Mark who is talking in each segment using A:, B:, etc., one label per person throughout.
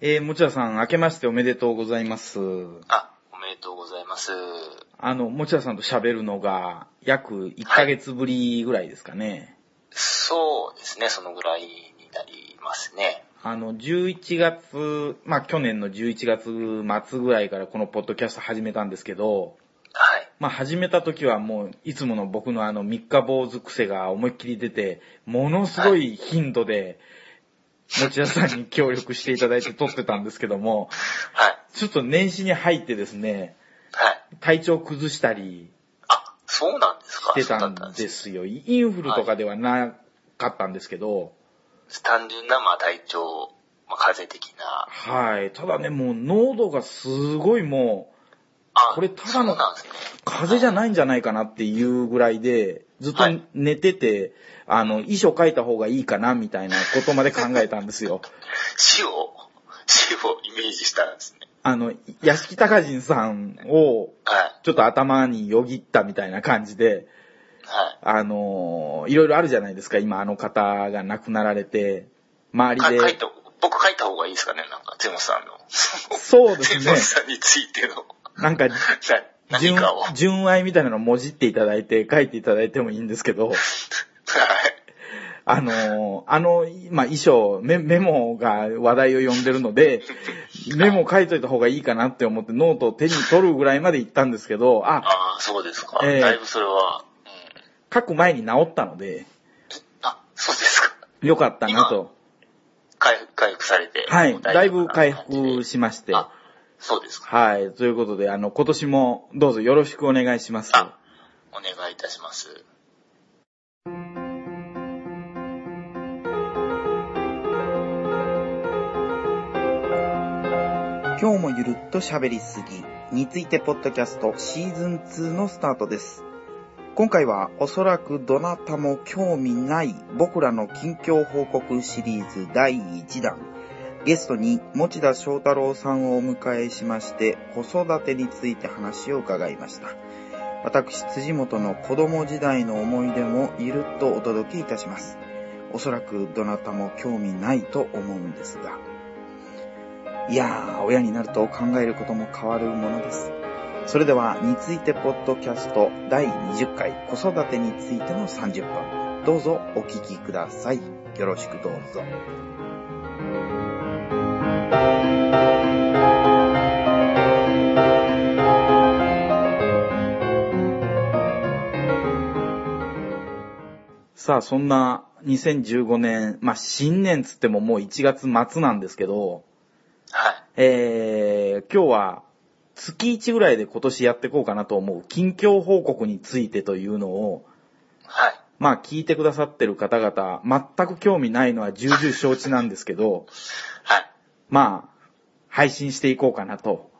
A: えー、もちらさん、明けましておめでとうございます。
B: あ、おめでとうございます。
A: あの、もちらさんと喋るのが、約1ヶ月ぶりぐらいですかね。
B: そうですね、そのぐらいになりますね。
A: あの、11月、まあ、去年の11月末ぐらいからこのポッドキャスト始めたんですけど、
B: はい。
A: まあ、始めた時はもう、いつもの僕のあの、三日坊主癖が思いっきり出て、ものすごい頻度で、もちらさんに協力していただいて撮ってたんですけども、
B: はい。
A: ちょっと年始に入ってですね、
B: はい。
A: 体調崩したり、
B: あ、そうなんですか
A: してたん
B: そうだったん
A: で
B: です。
A: すよ。インフルとかではなかったんですけど、
B: 単純な、まあ、体調、まあ、風邪的な。
A: はい。ただね、もう喉がすごいも
B: あ、
A: これただの
B: そうなんですね。
A: う、風邪じゃないんじゃないかなっていうぐらいで、ずっと
B: はい
A: 寝てて、あの、遺書書いた方がいいかな、みたいなことまで考えたんですよ。
B: 死を、死をイメージしたんですね。
A: あの、屋敷隆人さんを、
B: はい。
A: ちょっと頭によぎったみたいな感じで、
B: はい。
A: あのいろいろあるじゃないですか、今あの方が亡くなられて、周
B: か
A: り
B: 書い
A: で。
B: た、僕書いた方がいいですかねなんか、ゼモさんの。
A: そうで
B: ゼ
A: す
B: モ
A: ね。
B: さんについての、
A: なんか、
B: な何
A: 純
B: かを。はい。
A: 純愛みたいなのをもじっていただいて書いていただいてもいいんですけ ど、あのー、あの、まあ、衣装メ、メモが話題を呼んでるの で、メモ書いといた方がいいかなって思ってノートを手に取るぐらいまで行ったんですけど、あ、
B: ああ、そうですか。
A: ええ
B: だいぶそれは、うん。
A: 書く前に治ったので、
B: あ、そうですか。
A: よかったなと。
B: 回復、回復されて。
A: はい。だい
B: も
A: ぶ
B: う
A: 回
B: 大丈夫な
A: 復しまして。
B: あ、そうですか。
A: はい。ということで、あの、今年もどうぞよろしくお願いします。
B: あ、お願いいたします。
C: 今日もゆるっと喋りすぎについてポッドキャストシーズン2のスタートです。今回はおそらくどなたも興味ない僕らの近況報告シリーズ第1弾。ゲストに持田翔太郎さんをお迎えしまして子育てについて話を伺いました。私、辻元の子供時代の思い出もゆるっとお届けいたします。おそらくどなたも興味ないと思うんですが。いやー、親になると考えることも変わるものです。それでは、についてポッドキャスト第20回子育てについての30分。どうぞお聞きください。よろしくどうぞ。
A: さあ、そんな2015年、まあ、新年つってももう1月末なんですけど、
B: はい。
A: えー、今日は月1ぐらいで今年やっていこうかなと思う近況報告についてというのを、
B: はい。
A: まあ聞いてくださってる方々、全く興味ないのは重々承知なんですけど、
B: はい。
A: まあ、配信していこうかなと。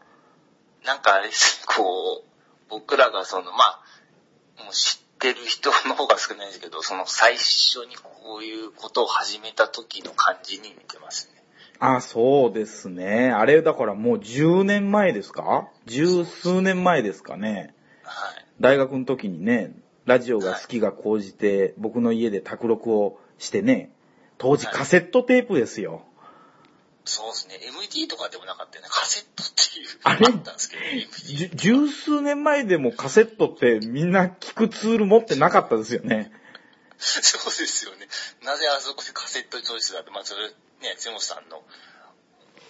B: なんかあれですね、 こう、僕らがその、まあ、もう知ってる人の方が少ないですけど、その最初にこういうことを始めた時の感じに似てますね。
A: あ、そうですね。あれだからもう10年前ですか十数年前ですかね。
B: はい。
A: 大学の時にね、ラジオが好きが高じて、僕の家で卓録をしてね、当時
B: はい
A: カセットテープですよ。
B: そうですね。MD とかでもなかったよね。カセットっていう。
A: あれ
B: ったんですけど、MD。
A: じゅ十数年前でもカセットってみんな聞くツール持ってなかったですよね。
B: そうですよね。なぜあそこでカセットチョイスだって、まあそれ、ね、ゼモさんの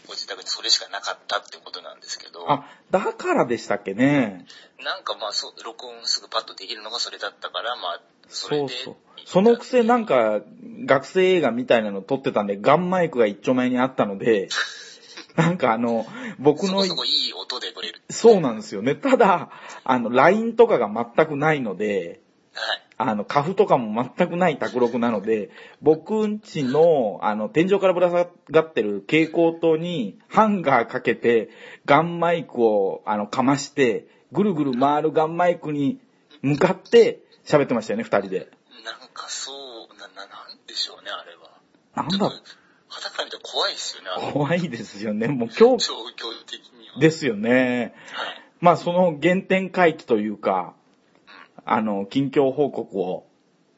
B: ご自宅にそれしかなかったってことなんですけど、
A: あ、だからでしたっけね。
B: なんかまあそう、録音すぐパッとできるのがそれだったから、まあ、それ
A: そう
B: で。
A: そう。そのくせなん
B: か。
A: か学生映画みたいなの撮ってたんでガンマイクが一丁前にあったので、 なんかあの、僕
B: そ
A: の
B: こ、そこいい音で撮れる。
A: そうなんですよね。ただ、あの、LINE とかが全くないので、
B: はい。
A: あの、カフとかも全くない卓録なので、僕んちの、あの、天井からぶら下がってる蛍光灯にハンガーかけて、ガンマイクを、あの、かまして、ぐるぐる回るガンマイクに向かって喋ってましたよね、二人で。
B: なんかそう、な、な、なんでしょうね、あれは。
A: なん
B: ちょ
A: だ、
B: っと肌から見たら怖いですよね、あの
A: 怖いですよね。もう今日
B: 状況的には。
A: ですよね。
B: はい。
A: まあ、その原点回帰というか、あの、近況報告を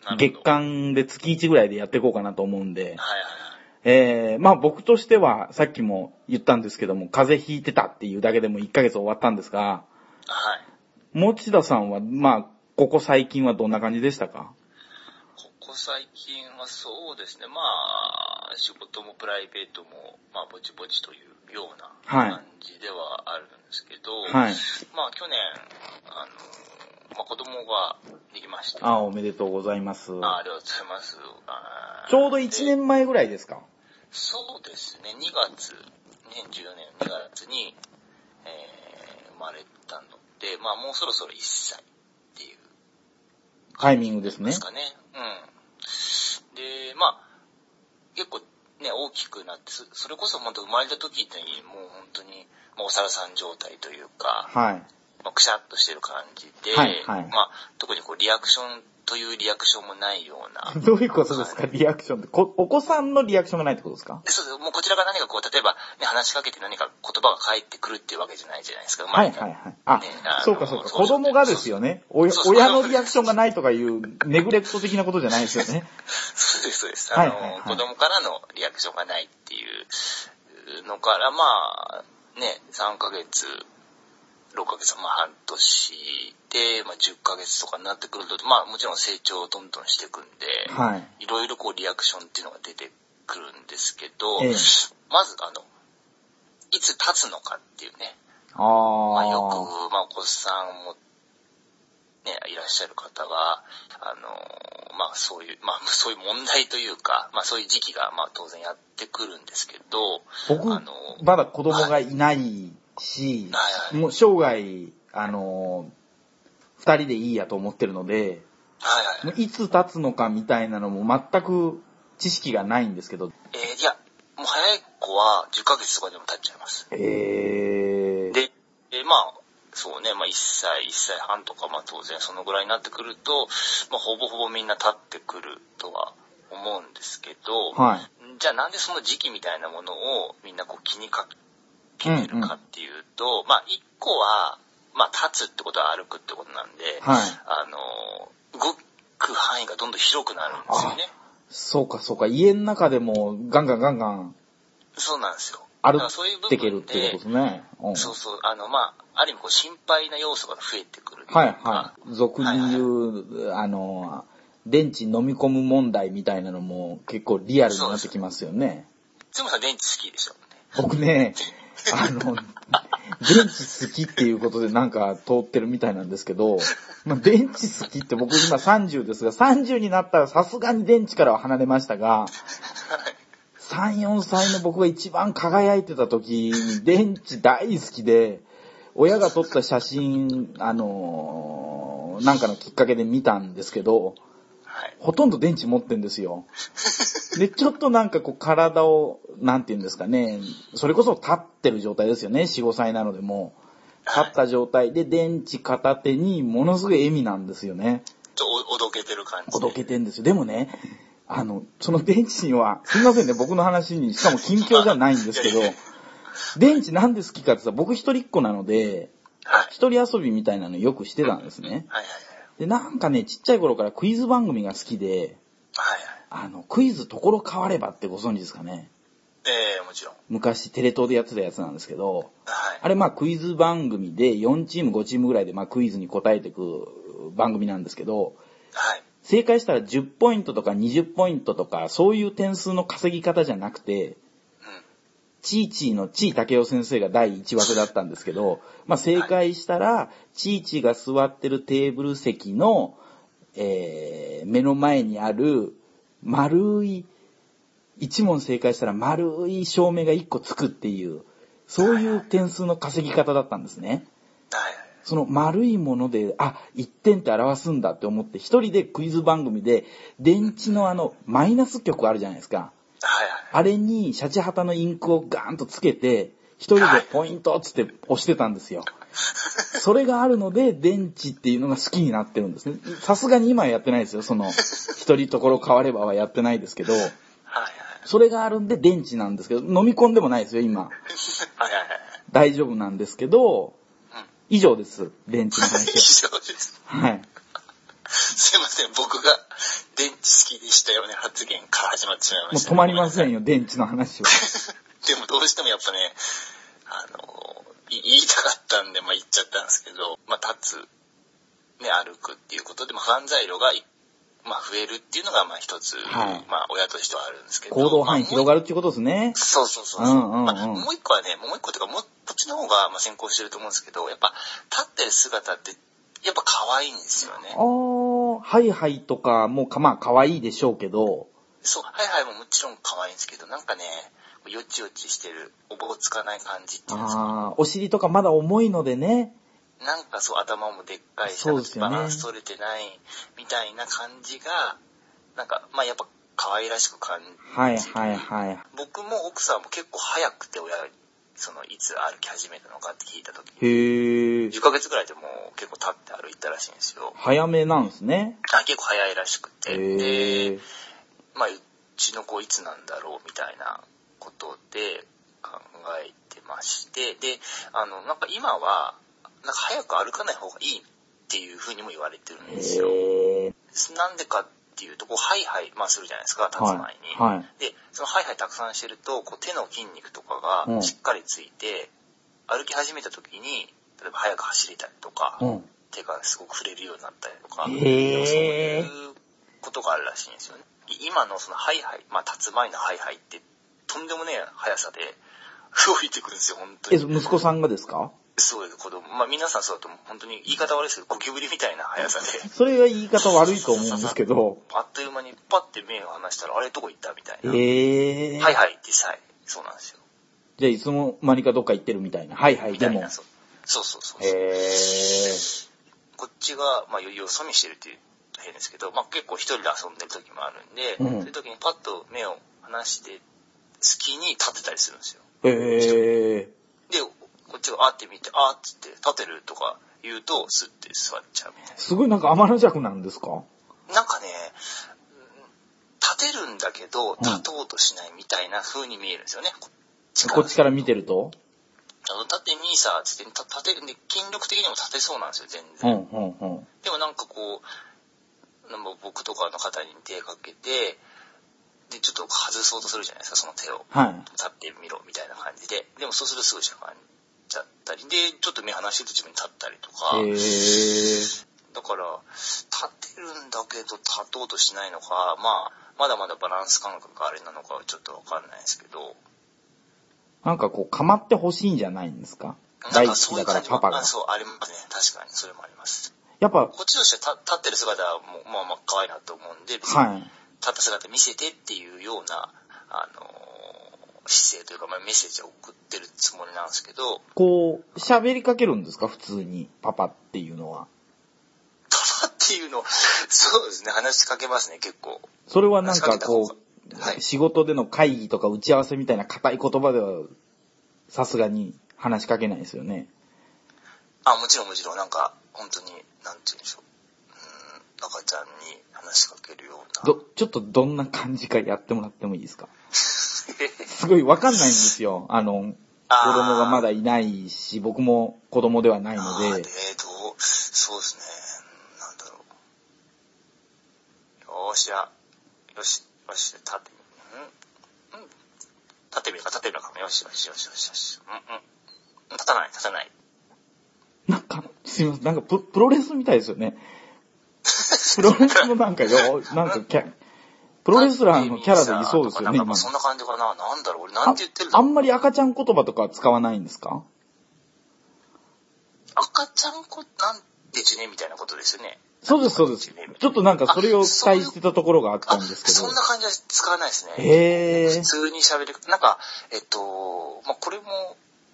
B: なるほど
A: 月間で月1ぐらいでやっていこうかなと思うんで。
B: はいはいはい。
A: えー、まあ僕としては、さっきも言ったんですけども、風邪ひいてたっていうだけでも1ヶ月終わったんですが、
B: はい。
A: 持田さんは、まあ、ここ最近はどんな感じでしたか
B: ここ最近はそうですね、まあ、仕事もプライベートも、まあ、ぼちぼちというような
A: はい
B: 感じではあるんですけど、
A: はい。
B: まあ、去年、あの、まあ、子供ができまして、
A: あーおめでとうございます。
B: あありがとうございます。あー
A: ちょうど1
B: で
A: 年前ぐらいですか
B: そうですね、2月、2014年2月に、えー、生まれたので、まあ、もうそろそろ1歳っていう
A: タイミングです
B: で
A: ね
B: す。かね。うん。で、まあ、結構ね、大きくなって、そそれこそ本当生まれた時ってもう本当に、もうお猿さん状態というか、
A: はい。
B: まあ、くしゃっとしてる感じで、
A: はいはい。
B: まあ、特にこうリアクションというリアクションもないような
A: どういうことですかリアクションって。こお子さんのリアクションがないってことですか
B: でそうですもうこちらが何かこう、例えば、ね、話しかけて何か言葉が返ってくるっていうわけじゃないじゃないですか。生ま
A: は
B: れ
A: い
B: た
A: はいはい。あ
B: ねあ、の
A: そうかそうか。
B: そうそ
A: 子
B: う
A: 供がですよね。おや
B: そうそう
A: 親のリアクションがないとかいう、ネグレクト的なことじゃないですよ ね。
B: そうです、そうです。
A: は
B: あ
A: い
B: の、
A: はいはい
B: 子供からのリアクションがないっていうのから、まあ、ね、3ヶ月、6ヶ月、まあ半年で、まあ10ヶ月とかになってくると、まあもちろん成長をどんどんしていくんで、
A: はい。
B: いろいろこうリアクションっていうのが出てくるんですけど、
A: ええ
B: まずあの、いつ立つのかっていうね、
A: ああ。
B: まあ、よく、まあ、お子さんも、ね、いらっしゃる方は、あの、まあ、そういう、まあ、 そういう問題というか、まあ、そういう時期が、まあ、当然やってくるんですけど、
A: 僕
B: あの、
A: まだ子供がいないし、
B: はいはい
A: もう生涯、あの、二人でいいやと思ってるので、
B: はいはい
A: もういつ経つのかみたいなのも全く知識がないんですけど、
B: えーいや、もう早い子は10ヶ月とかでも経っちゃいます。
A: えー、
B: で、えーまあ、そうね、まあ、1歳、1歳半とか、まあ、当然そのぐらいになってくると、まあ、ほぼほぼみんな立ってくるとは思うんですけど、
A: はい。
B: じゃあなんでその時期みたいなものをみんなこう気にかけてるかっていうと、まあ一個は、まあ立つってことは歩くってことなんで、
A: はい。
B: あの、動く範囲がどんどん広くなるんですよね。
A: そうかそうか、家の中でもガンガンガンガン
B: そうなんですよ。だ
A: 歩
B: からそういう部
A: いていける
B: 分
A: っていう
B: で
A: ことですね。うん
B: そうそう、あの、まあ、ある意味こう心配な要素が増えてくるというか。
A: はいはい。俗に言う、あの、電池飲み込む問題みたいなのも結構リアルになってきますよね。
B: つむさん電池好きでしょ、ね。
A: 僕ね、あの、電池好きっていうことでなんか通ってるみたいなんですけど、まあ、電池好きって僕今30ですが、30になったらさすがに電池からは離れましたが、3、4歳の僕が一番輝いてた時に電池大好きで、親が撮った写真、あのーなんかのきっかけで見たんですけど、
B: はい。
A: ほとんど電池持ってんですよ。で、ちょっとなんかこう体を、なんて言うんですかね、それこそ立ってる状態ですよね、4、5歳なのでも。立った状態で電池片手にものすごい笑みなんですよね。
B: ちょっとおおどけてる感じで。
A: おどけてんですよ。でもね、あの、その電池には、すいませんね、僕の話に、しかも近況じゃないんですけど、電池なんで好きかって言ったら僕一人っ子なので、
B: はい。
A: 一人遊びみたいなのよくしてたんですね。
B: はいはいはい。
A: で、なんかね、ちっちゃい頃からクイズ番組が好きで、
B: はい
A: あの、クイズところ変わればってご存知ですかね
B: はい。えー、もちろん。
A: 昔テレ東でやってたやつなんですけど、
B: はい。
A: あれまあクイズ番組で4チーム5チームぐらいでまあクイズに答えていく番組なんですけど、
B: はい。
A: 正解したら10ポイントとか20ポイントとかそういう点数の稼ぎ方じゃなくて、
B: うん。
A: チーチーのチー竹雄先生が第1枠だったんですけど、まあ正解したら、チーチーが座ってるテーブル席の、えー、目の前にある丸い、一問正解したら丸い照明が1個つくっていう、そういう点数の稼ぎ方だったんですね。
B: はいはい。
A: その丸いもので、あ、1点って表すんだって思って、一人でクイズ番組で、電池のあの、マイナス曲あるじゃないですか。
B: はいはい。
A: あれに、シャチハタのインクをガーンとつけて、一人でポイントっつって押してたんですよ。それがあるので、電池っていうのが好きになってるんですね。さすがに今はやってないですよ。その、一人ところ変わればはやってないですけど、
B: はい
A: それがあるんで電池なんですけど、飲み込んでもないですよ、今。
B: はい。はいはいはい。
A: 大丈夫なんですけど、
B: うん。
A: 以上です。電池の話
B: 以
A: は。
B: 上です。
A: はい。
B: すいません、僕が電池好きでしたよね発言から始まってしまいま
A: もう
B: した、
A: 止まりません
B: よ。
A: よ、電池の話は。
B: でもどうしてもやっぱね、あの、い言いたかったんで、まあ言っちゃったんですけど、まあ立つ、ね、歩くっていうことで、まあ犯罪量が、まあ増えるっていうのが、まあ一つ、
A: はい
B: まあ親としてはあるんですけど。
A: 行動範囲広が
B: る。
A: るっていうことですね。
B: そうそうそう
A: う
B: そう。
A: んうんうん
B: まあ、もう一個はね、もう一個というか、もうこっちの方がまあ先行してると思うんですけど、やっぱ立ってる姿って、やっぱ可愛いんですよね
A: あ。ー、ハイハイとかもか、まあ、可愛いでしょうけど、
B: そう、はいはいももちろん可愛いんですけど、なんかね、よちよちしてる、おぼつかない感じっていうんですか。
A: あー、お尻とかまだ重いのでね、
B: なんかそう、頭もでっかいし、
A: そうですよね
B: バランス取れてないみたいな感じが、なんか、まあやっぱ可愛らしく感じる。
A: はいはいはい。
B: 僕も奥さんも結構早くて親、その、いつ歩き始めたのかって聞いた時
A: へー
B: 10、ヶ月ぐらいでもう結構立って歩いたらしいんですよ。
A: 早めなんですね。
B: あ結構早いらしくて。
A: へ
B: で
A: ー、
B: まあ、うちの子いつなんだろうみたいなことで考えてまして、で、あの、なんか今は、なんか早く歩かない方がいいっていうふうにも言われてるんですよ。
A: へー
B: なんでかっていうと、こう、ハイハイ、まあするじゃないですか、立つ前に。
A: はい。はい。
B: で、そのハイハイたくさんしてると、こう手の筋肉とか
A: うん
B: がしっかりついて、歩き始めた時に、例えば早く走れたりとか、
A: うん。
B: 手がすごく触れるようになったりとか、
A: へ
B: そう
A: ー
B: いうことがあるらしいんですよね。今のそのハイハイ、まあ立つ前のハイハイって、とんでもねえ速さで 動いてくるんですよ、本当
A: え、
B: に。
A: 息子さんがですか
B: そういう子供。まあ皆さんそうだと思う本当に言い方悪いですけど、ゴキブリみたいな速さで、
A: それが言い方悪いと思うんですけど、
B: あっという間にパッて目を離したら、あれどこ行ったみたいな。
A: へー
B: ハイハイってさ、そうなんですよ。
A: じゃあいつの間にかどっか行ってるみたいな。はいはい、
B: み
A: で
B: たい
A: も
B: な、。そうそうそうそう
A: へー
B: こっちが、まあ、よよそ見してるっていうと変ですけど、まあ、結構一人で遊んでる時もあるんで、
A: うん
B: そういう時にパッと目を離して、隙に立ってたりするんですよ。
A: へ
B: で、こっちがあーって見て、あーっつって、立てるとか言うと、スッて座っちゃうみたい
A: ーすごいなんか天の弱なんですか
B: な。なんかね、立てるんだけど、
A: ん
B: 立とうとしないみたいな風に見えるんですよね。こっち
A: こっちから見てると
B: あの、立てミーサーっつって、立立てるんで、筋力的にも立てそうなんですよ、全
A: うん、
B: 然。
A: うん、うん。
B: でもなんかこう、なんか僕とかの方に手かけて、で、ちょっと外そうとするじゃないですか、その手を。
A: はい。
B: 立ってみろ、みたいな感じで。でもそうするとすぐしゃがんじゃったり、で、ちょっと目離してると自分に立ったりとか。
A: へー
B: だから、立てるんだけど立とうとしないのか、まあ、まだまだバランス感覚があれなのかはちょっとわかんないですけど、
A: なんかこう、構ってほしいんじゃないんですか
B: な
A: 大
B: ん
A: 好
B: か
A: き
B: そう
A: だ
B: いう
A: から
B: 感じ
A: パパ
B: も
A: が
B: あ。そう、ありますね。確かに、それもあります。
A: やっぱ、
B: こっちとしては立立ってる姿はもう、まあまあ可愛いなと思うんで、別に
A: はい。
B: 立った姿見せてっていうような、あのー姿勢というか、まあ、メッセージを送ってるつもりなんですけど、
A: こう、喋りかけるんですか普通に、パパっていうのは。
B: パパっていうの、 そうですね、話しかけますね、結構。
A: それはなんかこ
B: 話しかけた
A: う、
B: 方がはい
A: 仕事での会議とか打ち合わせみたいな硬い言葉では、さすがに話しかけないですよね。
B: あ、もちろんもちろん、なんか、本当に、なんて言うんでしょう。うん、赤ちゃんに話しかけるような。
A: ど、ちょっとどんな感じかやってもらってもいいです かすごいわかんないんですよ。あの、
B: あ
A: 子
B: ー
A: 供がまだいないし、僕も子供ではない
B: あ
A: の
B: ー
A: で
B: で、、どう、そうですね、なんだろう。よーし、あ、よし、よし、立ってみうんうん立ってみるか、立ってみるか、よし、よし、よし、よし、よし。うん、うん。立たない、立たない。
A: なんか、すいません、なんかププロレスみたいですよね。プロレスのなんか よ、なんかキャ、プロレスラーのキャラでいそうですよね、
B: な
A: 今
B: んかそんな感じかな。なんだろう、俺なん
A: あ
B: て言ってるんだ
A: あ
B: ろうん
A: まり赤ちゃん言葉とか使わないんですか
B: 赤ちゃんこ、なんでちね、みたいなことですよね。
A: そうです、そうです。ちょっとなんかそれを期待してたところがあったんですけ
B: そんな
A: ど。
B: 感じは使わないですね。
A: へ
B: 普
A: ー。
B: 通に喋る。なんか、えっと、まあ、これも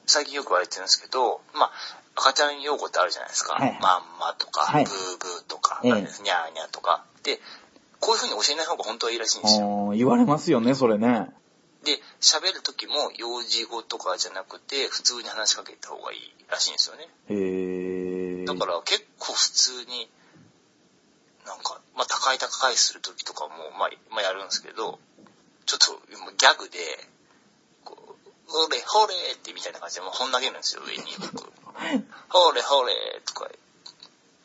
B: 最近よく言われてるんですけど、まあ、赤ちゃん用語ってあるじゃないですか。
A: はい
B: まんまとか、
A: はい
B: ブーブーとか、
A: ええ
B: にゃーにゃーとか。で、こういう風に教えない方が本当はいいらしいんですよ。
A: あー言われますよね、それね。
B: で、喋る時も幼児語とかじゃなくて、普通に話しかけた方がいいらしいんですよね。
A: へー。
B: だから結構普通に、なんか、まあ、高い高いするときとかも、まあ、まあ、やるんですけど、ちょっと、もうギャグで、こう、ほれほれってみたいな感じで、もうほん投げるんですよ、上に僕。ほれほれとか、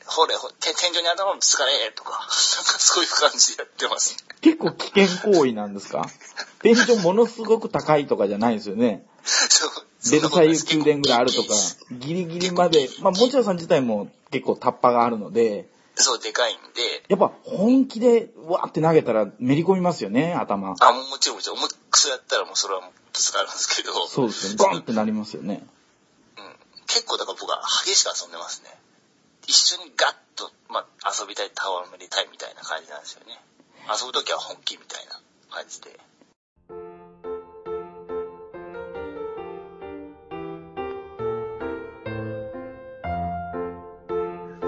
B: ほれほれ、て天井に頭ぶつかれとか、なんかそういう感じでやってます ね。
A: 結構危険行為なんですか天井ものすごく高いとかじゃないですよね。
B: そう。
A: ベルサイユ宮殿ぐらいあるとか
B: 結構結構、
A: ギリギリまで、まあ、もちろんさん自体も結構タッパがあるので、
B: そう、でかいんで、
A: やっぱ本気でわーって投げたらめり込みますよね、頭。
B: あ、もうもちろんもちろん、思いっくそやったらもうそれはもうぶつかるんですけど、
A: そうですよね。ゴンってなりますよね。
B: うん、結構だから僕は激しく遊んでますね。一緒にガッと、まあ、遊びたい、タワーめりたいみたいな感じなんですよね。遊ぶときは本気みたいな感じで。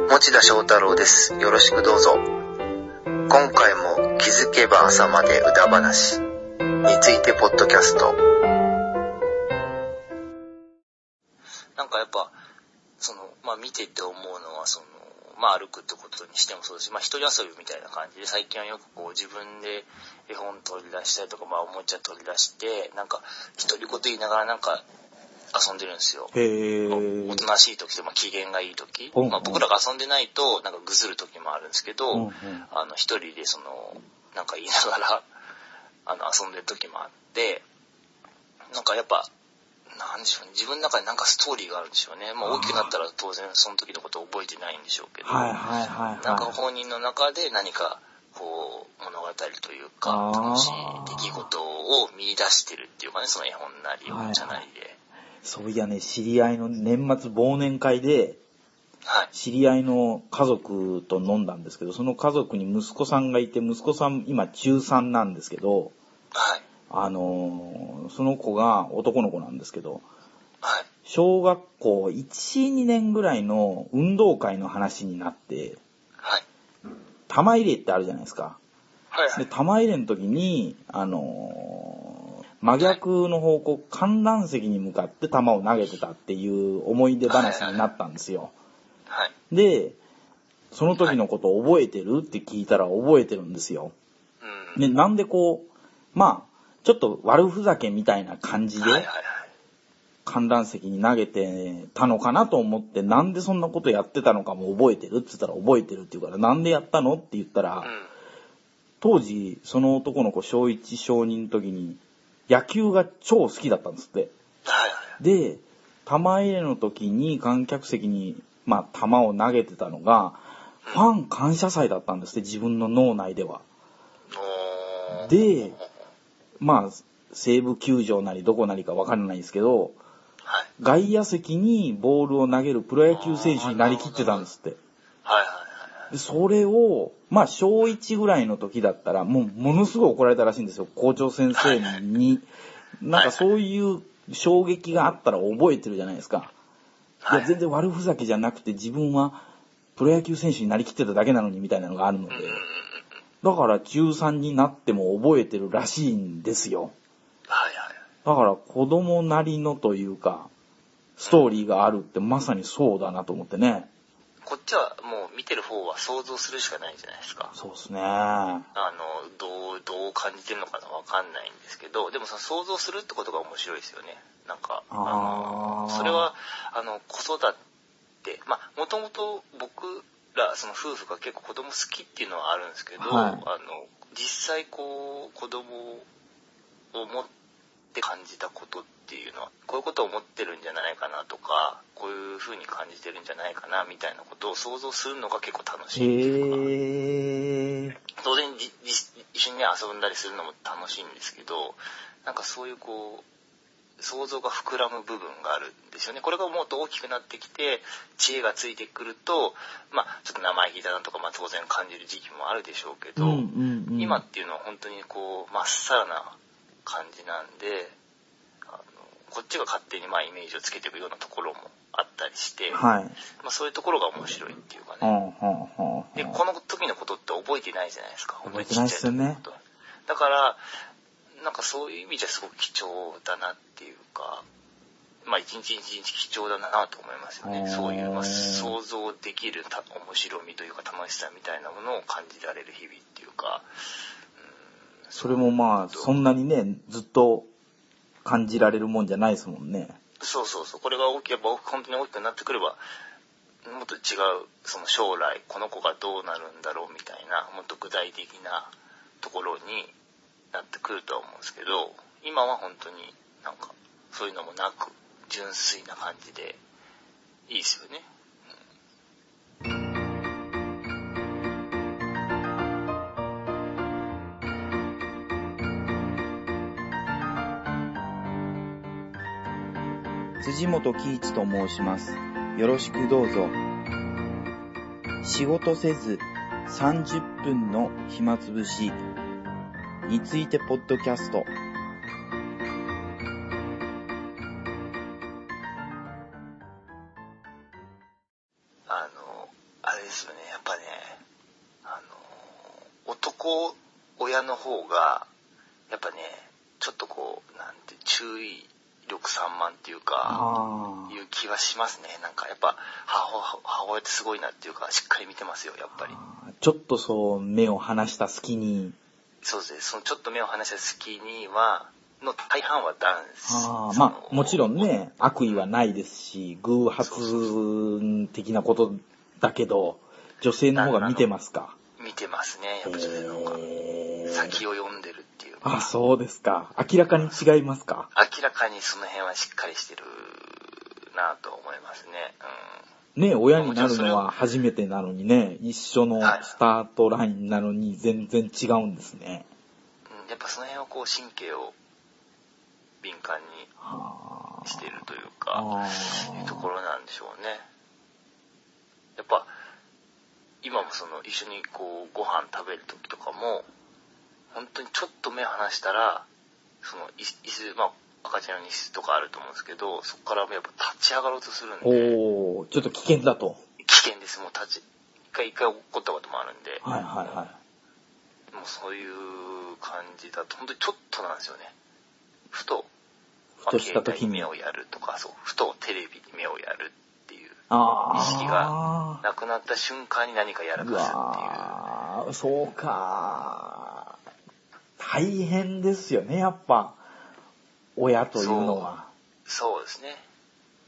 B: 持田翔太郎です。よろしくどうぞ。今回も気づけば朝まで歌話についてポッドキャスト。なんかやっぱ、その、まあ見てて思うのは、その、まあ歩くってことにしてもそうですし、まあ一人遊びみたいな感じで、最近はよくこう自分で絵本取り出したりとか、まあおもちゃ取り出して、なんか独り言言いながらなんか遊んでるんですよ。
A: へー
B: お。となしい時と、まあ機嫌がいい時。
A: うん
B: まあ僕らが遊んでないと、なんかぐずる時もあるんですけど、
A: うんうん
B: あの、一人でその、なんか言いながら、 あの、遊んでる時もあって、なんかやっぱ、なんでしょうね、自分の中になんかストーリーがあるんでしょうね。まあ大きくなったら当然その時のことを覚えてないんでしょうけど、
A: はいはいはい
B: なんか
A: は
B: 本人の中で何か、こう、物語という
A: あ
B: か、
A: ー
B: 楽しい出来事を見出してるっていうかね、その絵本なり、
A: はい
B: じゃないで。
A: い。そういやね、知り合いの年末忘年会で、
B: はい。
A: 知り合いの家族と飲んだんですけど、その家族に息子さんがいて、息子さん今中3なんですけど、
B: はい。
A: あのーその子が男の子なんですけど、
B: はい。
A: 小学校1、2年ぐらいの運動会の話になって、
B: はい。
A: 玉入れってあるじゃないですか。
B: はい。は
A: で、
B: い。
A: 玉入れの時に、あのー真逆の方向、観覧席に向かって玉を投げてたっていう思い出話になったんですよ。
B: はい。
A: で、その時のことを覚えてるって聞いたら覚えてるんですよ。
B: うん。
A: で、なんでこう、まあ、ちょっと悪ふざけみたいな感じで、
B: はいはいはい。
A: 観覧席に投げてたのかなと思って、なんでそんなことやってたのかも覚えてるって言ったら覚えてるって言うから、なんでやったのって言ったら、
B: うん。
A: 当時、その男の子、小1、小2の時に、野球が超好きだったんですって。
B: はい
A: で、玉入れの時に観客席に、まあ、玉を投げてたのが、ファン感謝祭だったんですって、自分の脳内では。
B: はい。おー
A: で、まあ、西武球場なりどこなりかわからないですけど、
B: はい。
A: 外野席にボールを投げるプロ野球選手になりきってたんですって。
B: はいはいはい。
A: でそれを、まあ、小1ぐらいの時だったら、もう、ものすごい怒られたらしいんですよ。校長先生に。なんかそういう衝撃があったら覚えてるじゃないですか。い
B: は
A: や、
B: い。
A: 全然悪ふざけじゃなくて、自分はプロ野球選手になりきってただけなのに、みたいなのがあるので。だから、中3になっても覚えてるらしいんですよ。
B: はいはい。
A: だから子供なりのというか、ストーリーがあるってまさにそうだなと思ってね。
B: こっちはもう見てる方は想像するしかないじゃないですか。
A: そうですね。は
B: あの、どう、どう感じてるのかなわかんないんですけど、でもその想像するってことが面白いですよね。なんか、
A: あー
B: のそれは、あの、子育て、まあ、もともと僕ら、その夫婦が結構子供好きっていうのはあるんですけど、
A: はい
B: あの、実際こう、子供を持って感じたことっていうのは、こういうことを思ってるんじゃないかなとか、こういう風に感じてるんじゃないかなみたいなことを想像するのが結構楽
A: へ
B: しいっていうか。
A: ー。
B: 当然じじ一緒にね遊んだりするのも楽しいんですけどなんかそういうこう想像が膨らむ部分があるんですよねこれがもっと大きくなってきて知恵がついてくるとまあちょっと生意気だなとか、まあ、当然感じる時期もあるでしょうけ
A: う
B: ど、
A: んうんうん。
B: 今っていうのは本当にこうまっさらな感じなんであのこっちが勝手にまあイメージをつけていくようなところもあったりして、
A: はい。
B: まあ、そういうところが面白いっていうかね
A: う。ん、ほんほん
B: で、
A: ほ
B: この時のことって覚えてないじゃないですか。
A: 覚えてないっすよね
B: 本当にちっちゃい時のことだから、なんかそういう意味じゃすごく貴重だなっていうか、まあ一日一日貴重だなと思いますよ
A: う
B: ね。
A: ん
B: そういう、まあ、想像できるた面白みというか楽しさみたいなものを感じられる日々っていうか、
A: ん。それもまあ、そんなにね、ずっと感じられるもんじゃないですもんね。
B: そうそうそう、これが大きければ、本当に大きくなってくれば、もっと違う、その将来、この子がどうなるんだろうみたいな、もっと具体的なところになってくるとは思うんですけど、今は本当になんか、そういうのもなく、純粋な感じで、いいですよね。
C: 辻本喜一と申します。よろしくどうぞ。仕事せず30分の暇つぶしについてポッドキャスト。
B: あの、あれですよね、やっぱね、あの、男親の方が、やっぱね、ちょっとこう、なんて、注意力散漫っていうか、
A: あ
B: いう気はしますね。なんかやっぱ、母母親ってすごいなっていうか、しっかり見てますよ、やっぱり。
A: あ。ちょっとそう、目を離した隙に、
B: そうですね、そのちょっと目を離した隙には、の大半は男子。
A: ああまあ、もちろ
B: ん。
A: んね、悪意はないですし、偶発的なことだけど、女性の方が見てますか。
B: 見てますね、やっぱ女性の方が。
A: え
B: 先を読んでるっていう
A: あ、
B: か、
A: そうですか。明らかに違いますか。
B: 明らかにその辺はしっかりしてるなと思いますね。うん
A: ね、親になるのは初めてなのにね、一緒の
B: はい
A: スタートラインなのに全然違うんですね。
B: うんやっぱその辺をこう神経を敏感に
A: はあ
B: しているというか、
A: あ
B: いうと
A: ー
B: ころなんでしょうね。やっぱ、今もその一緒にこうご飯食べる時とかも、本当にちょっと目離したら、その椅子、まあ赤ちゃんの椅子とかあると思うんですけど、そこからやっぱ立ち上がろうとするんで、
A: おおちょっと危険だと。
B: 危険です。もう立ち、一回一回起こったこともあるんで、
A: はいはいは
B: もうそういう感じだと、本当にちょっとなんですよね。ふと、
A: ふとした時に
B: まあ携帯目をやるとか、そう、ふとテレビに目をやるっていう、
A: い。ああ。
B: 意識がなくなった瞬間に何かやら
A: う
B: かすっ
A: わーそうか大変ですよね、やっぱ。親というのは。
B: ていう。そうですね。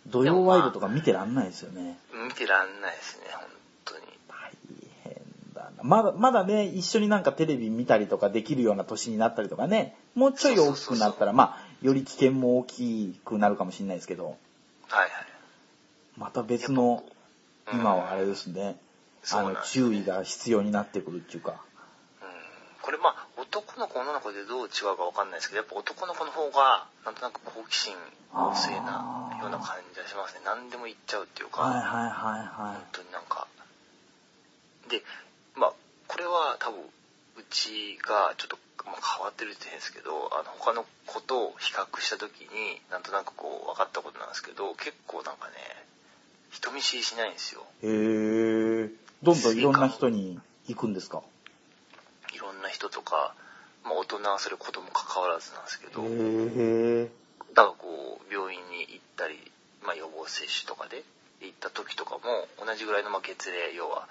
A: 土曜ワイドとか見てらんないですよね。
B: 見てらんないですね、本当に。
A: 大変だな。まだ、まだね、一緒になんかテレビ見たりとかできるような年になったりとかね、もうちょい大きくなったら、まあ、より危険も大きくなるかもしれないですけど、
B: はいはい。
A: また別の、
B: うん
A: 今はあれですね、
B: そ
A: あ
B: うなん
A: の
B: で、す
A: 注意が必要になってくるっていうか。
B: うんこれまあ、男の子、女の子でどう違うかわかんないですけど、やっぱ男の子の方が、なんとなく好奇心旺盛なような感じがしますね。何でも言っちゃうっていうか。
A: はいはいはいは
B: 本当になんか。で、まあ、これは多分、うちがちょっと、まあ、変わってるって言うんですけど、あの、他の子と比較した時に、なんとなくこう、分かったことなんですけど、結構なんかね、人見知りしないんですよ。
A: い。へー。どんどんいろんな人に行くんですか
B: いろんな人とか、まあ、大人はそれ子供関わらずなんですけ
A: へ
B: ど、
A: ー。
B: だからこう、病院に行ったり、まあ予防接種とかで行った時とかも、同じぐらいのまあ月齢、要は、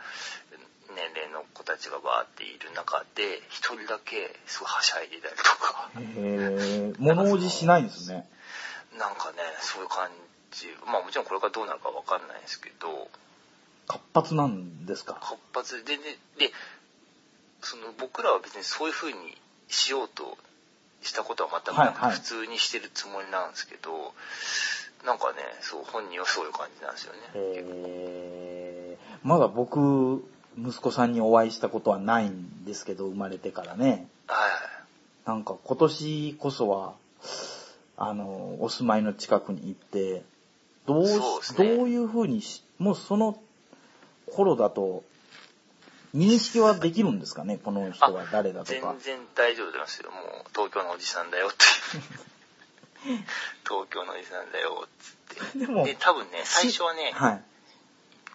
B: うん年齢の子たちがバーっている中で、一人だけすごいはしゃいでたりとか、
A: へー。物おじしないんですね。
B: なんかね、そういう感じ、まあもちろんこれからどうなるかわかんないですけど、
A: 活発なんですか
B: 活発で、で、で、その僕らは別にそういう風にしようとしたことは全くなく
A: はいはい
B: 普通にしてるつもりなんですけど、なんかね、そう、本人はそういう感じなんですよね。
A: えーまだ僕、息子さんにお会いしたことはないんですけど、生まれてからね。
B: はい
A: なんか今年こそは、あの、お住まいの近くに行って、どうし
B: そうです
A: どう
B: ね
A: いうふうにし、もうその頃だと、認識はできるんですかねこの人は誰だと
B: 全
A: か。
B: 然大丈夫ですよ。もう、東京のおじさんだ よっていう。東京のおじさんだよ、つっ
A: で
B: て。
A: も
B: で、多分ね、最初はね、
A: はい。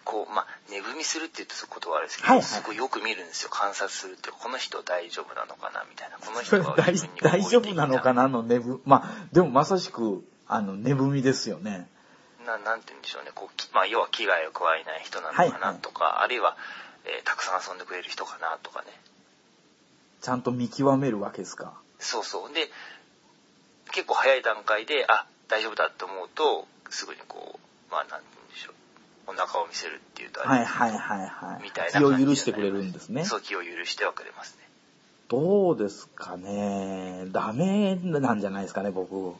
B: こう、まあ、値踏みするって言うとことはあれですけど、
A: はいはい
B: すごいよく見るんですよ。観察するって、この人大丈夫なのかな、みたいな。この
A: そ
B: 人
A: れ
B: が
A: 大
B: 自分に
A: 大丈夫なのか
B: な
A: なの寝ぶ、まあ、でもまさしく、あの、寝踏みですよね。
B: ななんて言うんでしょうね。こう、きまあ、要は危害を加えない人なの
A: はい
B: か
A: は
B: ないとか、あるいは、えーたくさん遊んでくれる人かなとかね。
A: ちゃんと見極めるわけですか。
B: そうそう。で、結構早い段階で、あ、大丈夫だと思うと、すぐにこう、まあ、なんて言うんでしょう。お腹を見せるっていうとあ
A: は
B: れ
A: い
B: ですけど
A: はいはいはい。
B: みたい
A: 気
B: な感じに
A: を
B: なり
A: 許
B: ます
A: してくれるんですね。
B: そう気を許してはくれますね。
A: どうですかね。ダメなんじゃないですかね、僕。
B: もう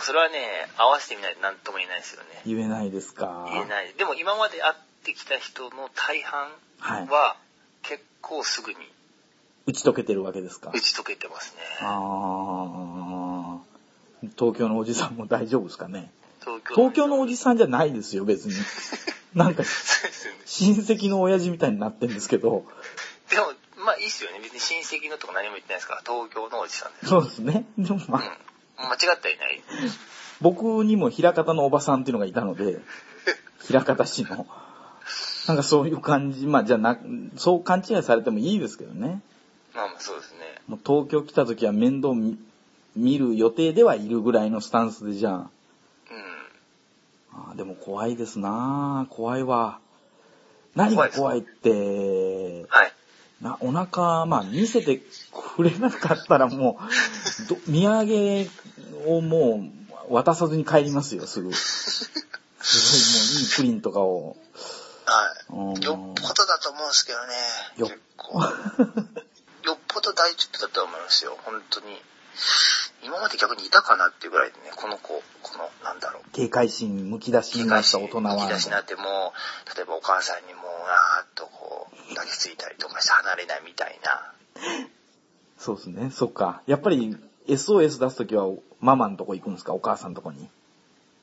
B: それはね、合わせてみないと何とも言えないですよね。
A: 言えないですか。
B: 言えない。でも今まで会ってきた人の大半
A: はい。
B: は結構すぐに
A: 打ち解けてるわけですか
B: 打。ち解けてますね。
A: あー東京のおじさんも大丈夫ですかね。
B: 東京
A: 東京のおじさんじゃないですよ、 別に。なんか、
B: そうですよね。
A: 親戚の親父みたいになってるんですけど、
B: でも、まあいいっすよね。別に親戚のとか何も言ってないですから、東京のおじさんです。
A: そうですね。でも
B: うん。
A: まあ、
B: 間違ってはいない。
A: 僕にも平方のおばさんっていうのがいたので、平方氏の。なんかそういう感じ、まあじゃあな、そう勘違いされてもいいですけどね。
B: まあまあそうですね。
A: もう東京来た時は面倒見見る予定ではいるぐらいのスタンスでじゃあ。
B: うん。
A: あーでも怖いですなぁ怖いわ。何が怖いって、
B: はい。
A: なお腹、まあ見せてくれなかったらもう、ど土産をもう渡さずに帰りますよ、すぐ。すごいもういいプリンとか を。
B: は
A: うん
B: い。よっぽどだと思うんですけどね。
A: よっ
B: 結構。よっぽど大丈夫だと思いますよ。本当に。今まで逆にいたかなっていうぐらいでね、この子、この、なんだろう。
A: 警戒心むき出しになった大人
B: 引き出しにな
A: は。
B: ってもう、例えばお母さんにもう、なーっとこう、抱きついたりとかして離れないみたいな。
A: そうですね、そっか。やっぱり SOS 出すときはママのとこ行くんですかお母さんのとこに。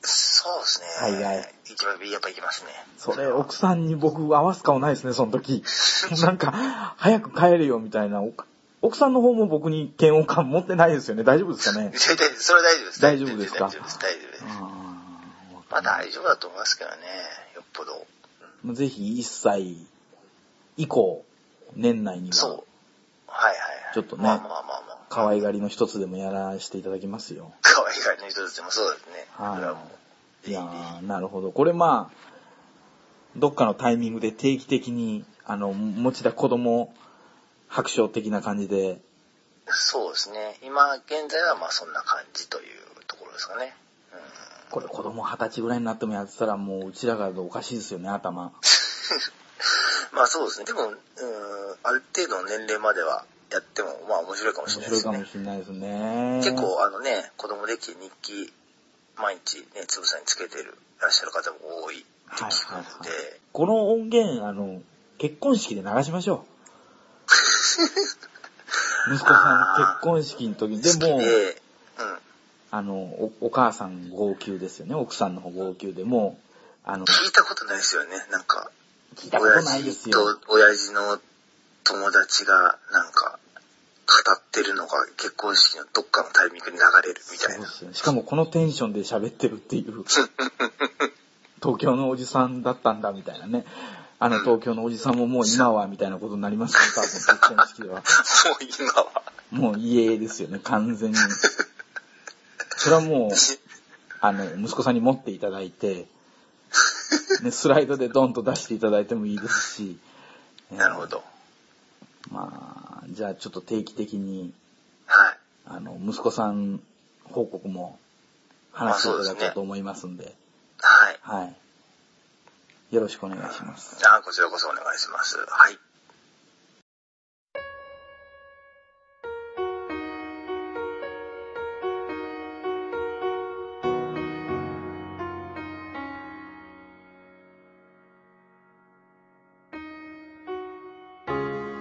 B: そうですね。
A: 災害。
B: 一番やっぱ行きますね。
A: それ、奥さんに僕合わす顔ないですね、その時。 なんか、早く帰れよ、みたいな。お奥さんの方も僕に嫌悪感持ってないですよね。大丈夫ですかね
B: 大丈夫ですそれは大丈夫です。
A: 大丈夫ですか
B: 大丈夫です。大丈夫です。
A: あー
B: まあ大丈夫だと思いますけどね。よっぽど。
A: ぜひ、1歳以降、年内には
B: そ、う。はいはいはい。
A: ちょっとね
B: まあまあまあまあ。
A: 可愛がりの一つでもやらせていただきますよ。
B: 可愛い感じの一つでもそうですね。
A: はい
B: それはもう。
A: いやー、なるほど。これまあ、どっかのタイミングで定期的に、あの、持ちだ子供、白書的な感じで、
B: そうですね。今現在はまあそんな感じというところですかね。 うん、
A: これ子供二十歳ぐらいになってもやってたらもううちらがおかしいですよね、頭。
B: まあそうですね。でも、うん、ある程度の年齢まではやってもまあ面白いかもし
A: 面
B: れな
A: 白
B: いで
A: い
B: す
A: か
B: ね
A: も。しれないですね。
B: 結。構あのね、子供できて日記、毎日ね、つぶさにつけてる、いらっしゃる方も多いって
A: はい
B: 聞
A: はい
B: くの
A: は
B: で、
A: い。この音源、あの、結婚式で流しましょ う。息子さん結婚式の時に、で
B: 好
A: も
B: き、で、うん。
A: あのお、お母さん号泣ですよね。奥さんの方号泣でもう、あの、
B: 聞いたことないですよね。なんか、
A: 聞いたことないですよ。
B: 親父と親父の友達がなんか語ってるのが結婚式のどっかのタイミングに流れるみた
A: そう
B: い
A: で
B: な。
A: すよねしかもこのテンションで喋ってるっていう、東京のおじさんだったんだみたいなね。あの東京のおじさんももう今はみたいなことになりますよ、多分結婚式では。
B: もう今は。
A: もう家ですよね、完全に。それはもう、あの、息子さんに持っていただいて、ね、スライドでドンと出していただいてもいいですし。
B: なるほど。
A: まあ、じゃあちょっと定期的に、
B: はい。
A: あの、息子さん報告も話していただこうと思いますんで、
B: はい。
A: はい。よろしくお願いします。
B: あこちらこそお願いします。はい。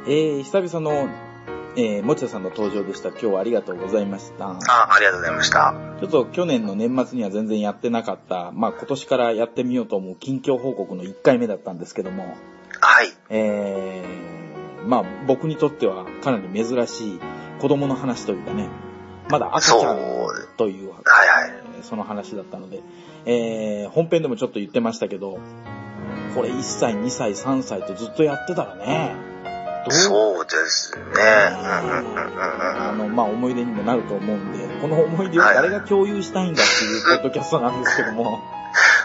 A: えー、久々の、えー、もちゃさんの登場でした。今日はありがとうございました。
B: あありがとうございました。
A: ちょっと去年の年末には全然やってなかった、まあ今年からやってみようと思う近況報告の1回目だったんですけども、
B: はい。
A: えー、まあ僕にとってはかなり珍しい子供の話というかね、まだ赤ちゃん
B: そう。
A: という、
B: はいはい。
A: えーその話だったので、えー、本編でもちょっと言ってましたけど、これ1歳、2歳、3歳とずっとやってたらね、ど
B: そうですね。うんうんうんうん
A: あ
B: うん。
A: の、まあ、思い出にもなると思うんで、この思い出を誰が共有したいんだっていうポッドキャストなんですけども、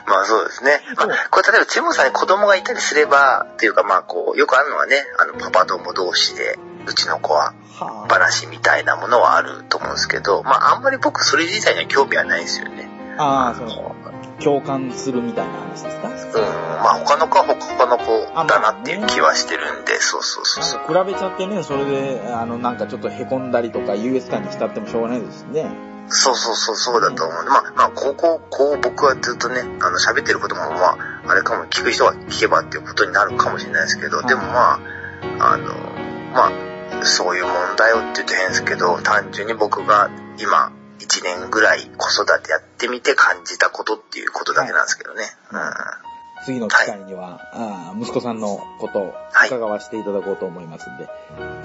B: まあそうですね。まあ、これ例えば、チェボさんに子供がいたりすれば、というかまあこう、よくあるのはね、あの、パパ友同士で、うちの子は
A: はぁ、
B: 話みたいなものはあると思うんですけど、まああんまり僕それ自体には興味はないんですよね。
A: ああ、その、共感するみたいな話ですか
B: うん。まあ他の子は他の
A: あ
B: 子だなっていう気はしてるんで、そうそうそうそう。
A: 比べちゃってね、それで、あの、なんかちょっと凹んだりとか、優越感に浸ってもしょうがないですしね。
B: そうそうそう、そうだと思う。まあ、まあ、こう、こう、こう僕はずっとね、あの、喋ってることも、まあ、あれかも、聞く人が聞けばっていうことになるかもしれないですけど、
A: はい
B: でもまあ、あの、まあ、そういう問題をって言って変ですけど、単純に僕が今、1年ぐらい子育てやってみて感じたことっていうことだけなんですけどね。う
A: 次の機会には、あー息子さんのことを
B: はい
A: 伺わせていただこうと思いますんで。
B: ん。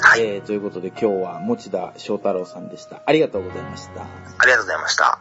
B: はい。
A: えーということで今日は持田翔太郎さんでした。ありがとうございました。
B: ありがとうございました。